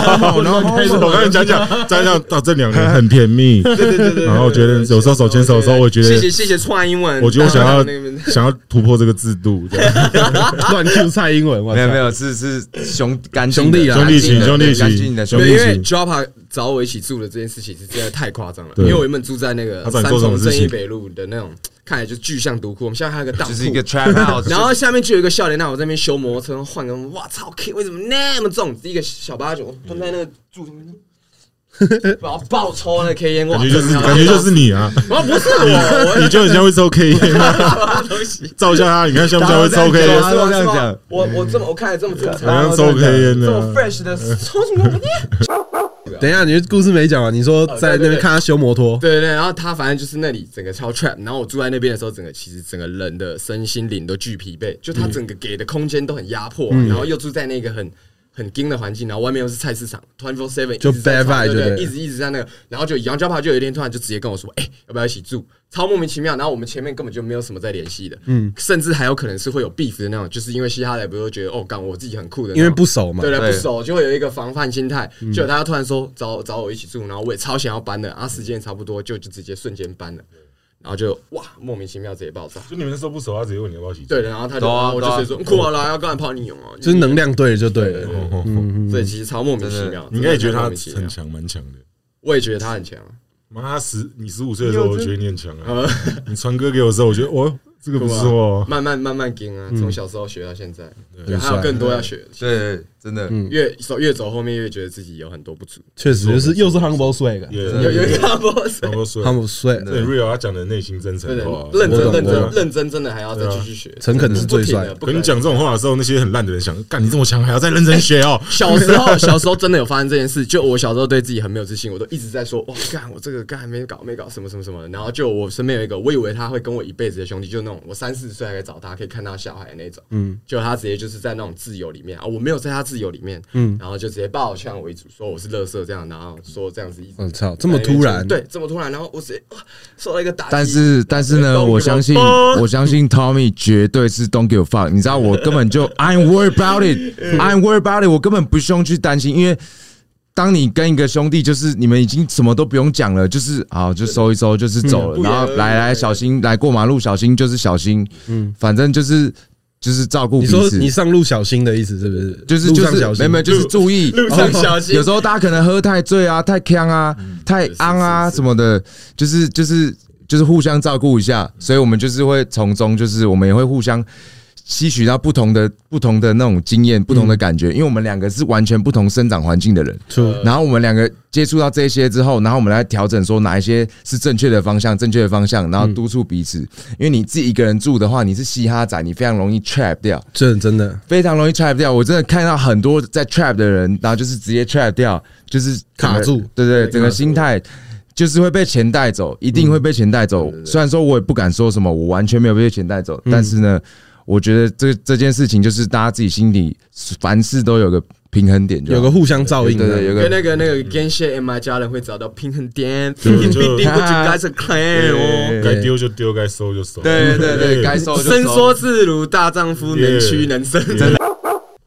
S3: 我跟你讲讲讲讲，到这两年很甜蜜，对对对然后我觉得有时候手牵手的时候，我觉
S4: 谢
S3: 得
S4: 谢谢谢串英文，
S3: 我觉得我想要
S4: 当然那个
S3: 想要突破这个制度，这样
S2: 乱 Q 蔡英文，我
S5: 没有没
S2: 有，
S5: 有，是是兄干净
S2: 兄弟
S5: 的
S2: 啊
S3: 兄弟情，兄
S5: 干净的
S3: 弟情，
S5: 干净的
S3: 兄
S5: 兄
S4: 对，
S3: 弟
S4: 因
S5: 弟。
S4: 为
S3: 情，
S4: Japa 找我一起住的这件事情是真的太夸张了，
S3: 对
S4: 因为我原本住在那个
S3: 他找
S4: 三
S3: 你做什么
S4: 重
S3: 事情
S4: 正义北路的那种，看起来就巨像独库。我们现在还有个当
S5: 就是一个
S4: 铺，
S5: trap house，
S4: 然后下面就有一个笑脸，那我在那边修摩托车换个，哇操，K 为什么那么重？一个小八九蹲在那个 柱上，然后爆抽那个 K 烟，哇，
S3: 感觉就是
S4: 真的
S3: 感觉就是你啊，
S4: 啊，哦不是我，我
S3: 你就很像会抽 K 烟啊，照一下他，你看像不像会抽 K 烟？
S5: 大家都这样讲，
S4: 我我这么我看着这么正
S3: 好像
S4: 常，
S3: 抽 K 烟
S4: 这
S3: 的
S4: 么
S3: 啊，
S4: fresh 的，抽什么东西？
S2: 等一下，你的故事没讲完，你说
S4: 哦
S2: 在那边看他修摩托，
S4: 对对对，然后他反正就是那里整个超 trap，然后我住在那边的时候，整个其实整个人的身心灵都巨疲惫，就他整个给的空间都很压迫、然后又住在那个很。很惊的环境，然后外面又是菜市场，twenty four seven
S2: 就 bad vibe 就
S4: 对，
S2: 对
S4: 一直一直在那个，然后就杨家帕就有一天突然就直接跟我说，哎、要不要一起住？超莫名其妙。然后我们前面根本就没有什么在联系的，嗯，甚至还有可能是会有 beef 的那种，就是因为嘻哈来不是觉得哦，干我自己很酷的那种，
S2: 因为不熟嘛
S4: 对，对，
S5: 对
S4: 不熟就会有一个防范心态。结果他突然说找找我一起住，然后我也超想要搬的，然后时间也差不多，就就直接瞬间搬了，然后就哇莫名其妙直接爆炸。
S3: 就你们那时候不熟，他直接问你要不要一起。
S4: 对，然后他就
S5: 对啊
S4: 然后我就
S5: 对啊
S4: 直接说酷啊，来要干嘛泡你泳哦，
S2: 就是能量对了就对了。
S4: 所以其实超莫名其妙。
S3: 你应该也觉得
S4: 哦真的
S3: 他
S4: 莫名其妙
S3: 很，强，蛮强的。
S4: 我也觉得他很强。
S3: 妈，他十你十五岁的时候，我觉得你很强啊。 你传歌给我的时候，我觉得哦，这个不错哦。
S4: 慢慢慢慢跟啊，从小时候学到现在，对，还有更多要学。
S5: 对，真的，
S4: 越走越走后面越觉得自己有很多不足，
S2: 确实就是又是 humble swag，
S4: 有
S3: 有
S4: 有一个 boss，
S3: 然后说，
S2: humble swag，
S3: 对哎 real 他讲的内心真诚
S4: 真的
S3: 话，
S4: 认
S2: 我懂我
S4: 真认真
S2: 懂
S4: 认真真的还要再继续学，
S2: 诚恳是
S4: 不
S2: 最
S4: 停
S2: 帅
S4: 的。。
S3: 可
S4: 不可
S3: 能
S4: 能
S3: 讲这种话的时候，那些很烂的人想，干你这么强，还要再认真学哦。
S4: 小时候，小时候真的有发生这件事。就我小时候对自己很没有自信，我都一直在说，哇，干我这个干没搞没搞什么什么什么的。然后就我身边有一个，我以为他会跟我一辈子的兄弟，就那种我三四岁还可以找他，可以看到小孩的那种。嗯，就他直接就是在那种自由里面啊，我没有在他自由里面，嗯，然后就直接抱向为主，说我是乐色这样，然后说这样子一直。
S2: 我
S4: 哎
S2: 哦操，嗯这么突然，
S4: 对，这么突然，然后我直接哇受到一个打击。
S5: 但是但是呢，我相信我相信 Tommy 绝对是 Don't give a fuck。你知道我根本就 I'm worried about it，I'm worried about it，我根本不用去担心，因为当你跟一个兄弟，就是你们已经什么都不用讲了，就是好就收一收，就是走
S2: 嗯
S4: 不
S5: 了，
S4: 言
S5: 然后
S4: 而喻
S5: 来来小心，来过马路小心就是小心，嗯，反正就是就是照顾
S2: 你
S5: 彼
S2: 说
S5: 此
S2: 你。上路小心的意思是不是？
S5: 就是
S2: 路
S5: 就
S2: 上
S5: 是
S2: 小
S5: 没
S2: 心，
S5: 有没有就是注意
S4: 路上小心
S5: 有时候大家可能喝太醉啊、太呛啊、
S2: 嗯
S5: 太昂啊什么的，就是就是就是互相照顾一下，所以我们就是会从中就是我们也会互相。吸取到不同的不同的那种经
S2: 嗯
S5: 验，不同的感觉，因为我们两个是完全不同生长环境的人，
S4: 呃
S2: True
S5: 然后我们两个接触到这些之后，然后我们来调整说哪一些是正确的方向，正确的方向，
S2: 嗯
S5: 然后督促彼此。因为你自己一个人住的话，你是嘻哈仔，你非常容易 trap 掉，
S2: 真的真的
S5: 非常容易 trap 掉。我真的看到很多在 trap 的人，然后就是直接 trap 掉，就是整个
S2: 卡住
S5: 对对，整个心态就是会被钱带走，一定会被钱带走。虽然说我也不敢说什么，我完全没有被钱带走，但是呢，我觉得这这件事情就是大家自己心里凡事都有个平衡点就好，
S2: 有个互相照应
S5: 对啊对
S2: 的，
S5: 有
S4: 跟那
S5: 个。
S4: 个那个 g a n s h a and my 家人会找到平衡点，平衡
S3: 就
S4: 必定不就 guys are clan 哦。
S3: 该丢就丢，该收就收。
S5: 对对对，该收就收
S4: 伸缩自如，大丈夫能屈
S3: Yeah
S4: 能伸。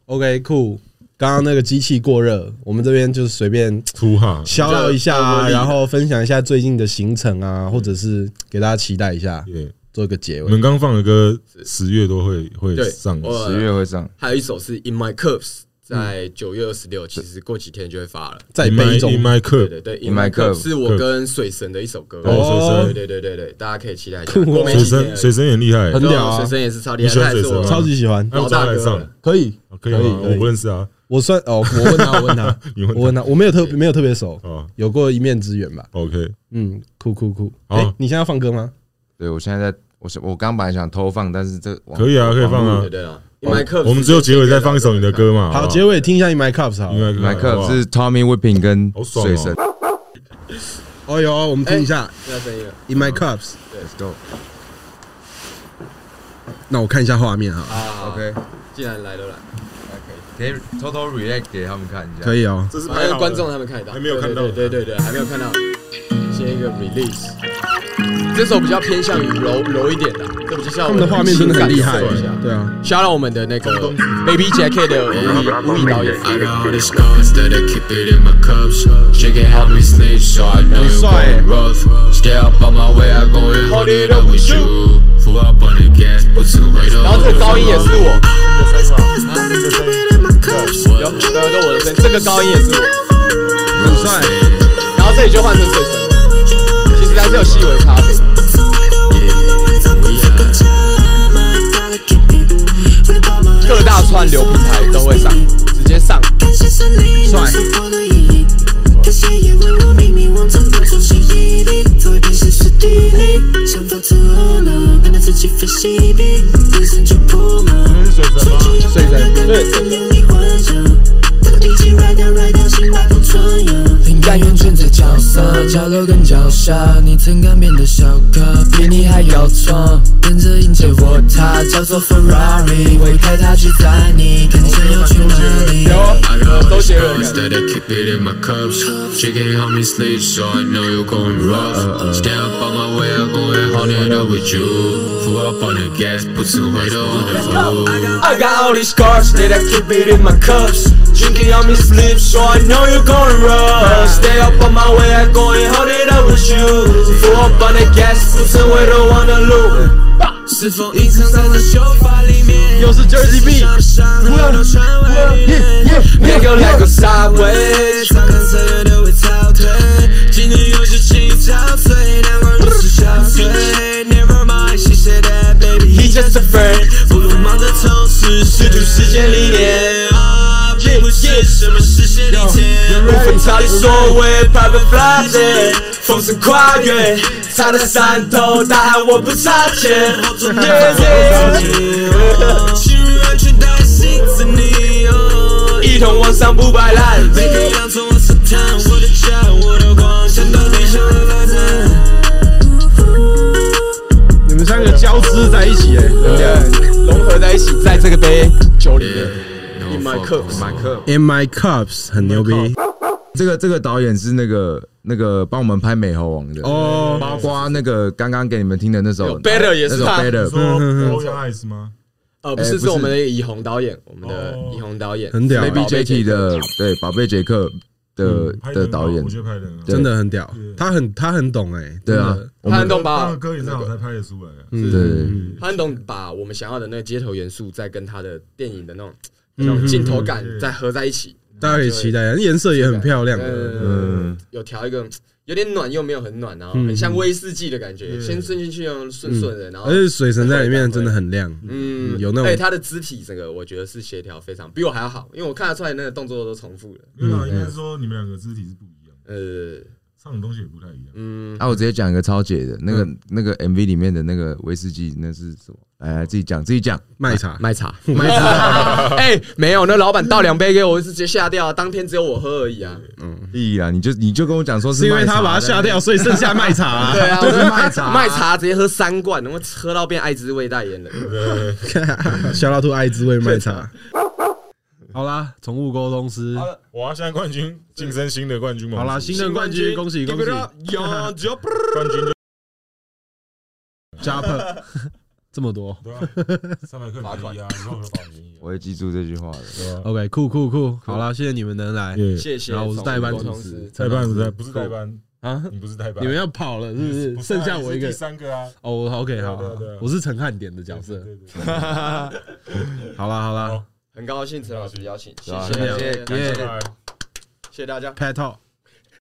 S2: OK，酷。刚刚那个机器过热，我们这边就是随便
S3: 出哈，
S2: 消劳一下
S4: 比较
S2: 啊，
S4: 比较
S2: 然后分享一下最近的行程啊，或者是给大家期待一下，
S3: 耶
S2: 做一个结
S3: 我
S2: 尾
S3: 们。刚放的歌，十月都会会
S4: 对
S3: 上。
S4: 我
S5: 十月会上，
S4: 还有一首是 In My Cups，在
S3: 嗯
S4: 九月二十六，其实过几天就会发了。
S2: 再
S3: In
S2: 背
S3: my
S2: 一种
S3: in my
S4: 对
S3: club，
S4: 对对
S5: In
S4: ，In My
S5: My Cups
S4: Cups 是我跟水神的一首歌。
S3: 哦
S4: 对对对对对，大家可以期 待一下。
S2: 酷哦
S4: 过没
S3: 水
S4: 几天
S3: 神水神也很厉害，
S2: 很屌啊
S4: 水神也是超厉害，
S3: 你喜欢
S4: 他也是
S3: 水神
S4: 我
S3: 吗
S2: 超级喜欢，
S3: 还有
S4: 老大
S3: 招
S4: 哥
S3: 来上
S4: 了，
S2: 可以
S3: 可以吗？我不认识啊，
S2: 我算哦，我问他，我问他
S3: 你问他
S2: 我问他，我没有特没有特别熟
S3: 哦，
S2: 有过一面之缘吧。
S3: OK，
S2: 嗯，酷酷酷。
S3: 好
S2: 哎，你现在要放歌吗？
S5: 对我现在在，我是我刚本来想偷放，但是这
S3: 可以
S2: 哦
S3: 啊，可以放啊
S4: 对。对啊，因为 克
S3: 我们只有结尾再放一首你的，歌嘛。
S2: 好，结尾听一下《In My Cups》好了。
S3: 尾
S5: 麦克是 Tommy Whipping 跟
S3: 好爽哦
S5: 水神
S2: 哦哟，我们听一下
S4: 那声音了，
S2: 《In My Cups》。
S5: ，Let's go。
S2: 那我看一下画面啊，
S4: 啊
S5: OK，
S4: 既然来都来，
S5: 可以偷偷 react 给他们看一下。
S2: 可
S5: 以，
S2: 以哦。
S3: 这是
S4: 还
S3: 拍
S4: 有
S3: 好
S4: 观众他们看得到，
S3: 还没有看到
S4: 对对对对，对还没有看到，先一个 release。这首比较偏向于柔柔一点的，这比较像
S2: 他
S4: 我
S2: 们的画面真的很厉害
S4: 情感色调。
S2: 对啊，
S4: shout out 我们的那个 Baby Jacket 的吴宇吴宇导演，
S9: I got all these guns that I keep it in my cups. She can help me sleep, so I know you going rough. Stay up on my way, I go and hold it up with you. Full up on the gas, put some weight
S4: 然后
S9: on
S4: 这个高哦音也是
S9: the
S4: 我，有
S9: floor.
S4: 有有有我的声音，这个高音也是我，
S2: 很帅。
S4: 然后这里就换成水声了，其实还是有细微的差别。各大串流平台都会上，直接上。
S2: 帅
S4: 所以呢，对，
S9: 灵感源卷在脚上，角落跟脚下，你曾干变得小咖，比你还要壮，跟着迎接我他，叫做 Ferrari，我开它去载你，看见要去哪里。
S4: 周杰伦
S9: That I keep it in my cups. She can't help me sleep, so I know you're going rough. Stay up on my way, I'm going hold it up with you. Full up on the gas, put some weight on the floor.
S6: I got all these cards that I keep it in my cups. Drinking on me sleep, so I know you're going rough. Stay up on my way, I go and hold it up with you. Full up on the gas, 不是为了wanna lose.
S9: 是否隐藏在这秀发里面？
S2: 又是 Jersey B，
S6: Nigga like a sideways.
S9: 常看所有的会倒退，今天又是情绪憔悴，难怪如此憔悴。Never mind，she said that baby
S6: He just a friend.
S9: 不如忙着充实，试图实现理念。啊，并不是什么实现理念。
S6: 无法逃离所谓 private flight，风声跨越，他的山头大喊我不差钱。Yeah, yeah
S9: 系安全带系着你哦，
S6: 一同往上不摆烂。
S9: 每个洋葱我试探，我的家我的光，想到底想的发展。
S2: 你们三个交织在一起哎。
S4: 融合在一起，在这个杯酒里面。In my cups，
S5: 麦克，
S2: In My Cups 很牛逼
S5: 这个这个导演是那个那个帮我们拍《美猴王》的哦，
S2: 哦，
S5: 包括那个刚刚给你们听的那首
S4: 有 Better 也是
S5: 那首
S4: 他
S3: 嗯
S5: Better，
S3: 说 o y Eyes 吗？
S4: 呃，不
S5: 哎
S4: 是，
S5: 不
S4: 是
S5: 是
S4: 我们的以红导演，我们的
S3: 哦
S4: 以红导演
S2: 很屌
S4: 是宝
S5: Baby
S4: 贝
S5: Jacky 的对《宝贝杰克》的
S3: 嗯拍得很
S5: 的
S3: 好
S5: 导演
S3: 我，觉得拍的很好。
S5: 对
S2: 真的很屌，他很他很懂哎、
S5: 对啊
S2: 真的，
S5: 我
S4: 他很
S5: 们
S3: 他
S4: 懂把
S3: 的歌也是好才拍得出来啊。
S2: 嗯
S5: 对
S4: 他很懂把我们想要的那个街头元素，再跟他的电影的那种那种镜头感
S3: 嗯
S4: 再合在一起，
S2: 大家可以期待一下，啊颜色也很漂亮。
S4: 嗯，有调一个有点暖又没有很暖，然后很像威士忌的感觉，先顺进去用顺顺的，然后
S2: 而且水神在里面真的很亮，
S4: 嗯
S2: 嗯有那种
S4: 哎，他的肢体整个我觉得是协调非常比我还要好，因为我看得出来那个动作都重复了，
S3: 没有啊，应
S2: 嗯
S3: 该是说你们两个肢体是不一样，的，
S4: 呃，
S3: 唱的东西也不太一样。
S4: 嗯，
S5: 啊，我直接讲一个超解的，那个那个 MV 里面的那个威士忌，那是什么？来啊来，自己讲，自己讲。
S2: 卖茶
S4: 卖茶，卖茶，哎，没有，那老板倒两杯给我，我就直接下掉，当天只有我喝而已啊，
S5: 屁啦，你就你就跟我讲说是
S2: 是因为
S5: 卖
S2: 他
S5: 茶
S2: 把它
S5: 的
S2: 下掉，所以剩下卖茶、
S4: 对啊，
S5: 就是卖茶
S4: 卖茶直接喝三罐，然后喝到变艾滋味代言人，
S2: 小老兔爱滋味卖茶。好啦，宠物沟通师，
S3: 哇，现在冠军晋升新的冠军嘛？
S2: 好啦，新任冠军，恭喜恭喜
S4: Give it up, yo, jump
S3: 冠军就
S2: ，Jump，这 么多
S3: 对啊，三百克
S4: 罚
S3: 罚
S4: 款
S3: 款啊，你说我罚款一样
S5: 我会记住这句话的。
S2: ，OK，酷酷酷，好啦，谢谢你们能来，
S3: 耶
S4: 谢谢。
S2: 然后我是啊代班主持
S4: 持，
S3: 代班不是代不是代班，
S2: 啊，
S3: 你不是代 班，
S2: 你们要跑了是不是？
S3: 不是啊
S2: 剩下我一
S3: 你
S2: 个
S3: 是第，三个啊。
S2: 哦我，OK，好
S3: 对啊对啊，
S2: 我是陈汉典的角色，
S3: 对对对，
S2: 好啦好啦
S3: 好
S4: 很高兴陈老师邀请，谢
S5: 啊
S4: 谢，谢谢
S2: 耶
S4: 谢谢大家。
S2: ，Pat Talk。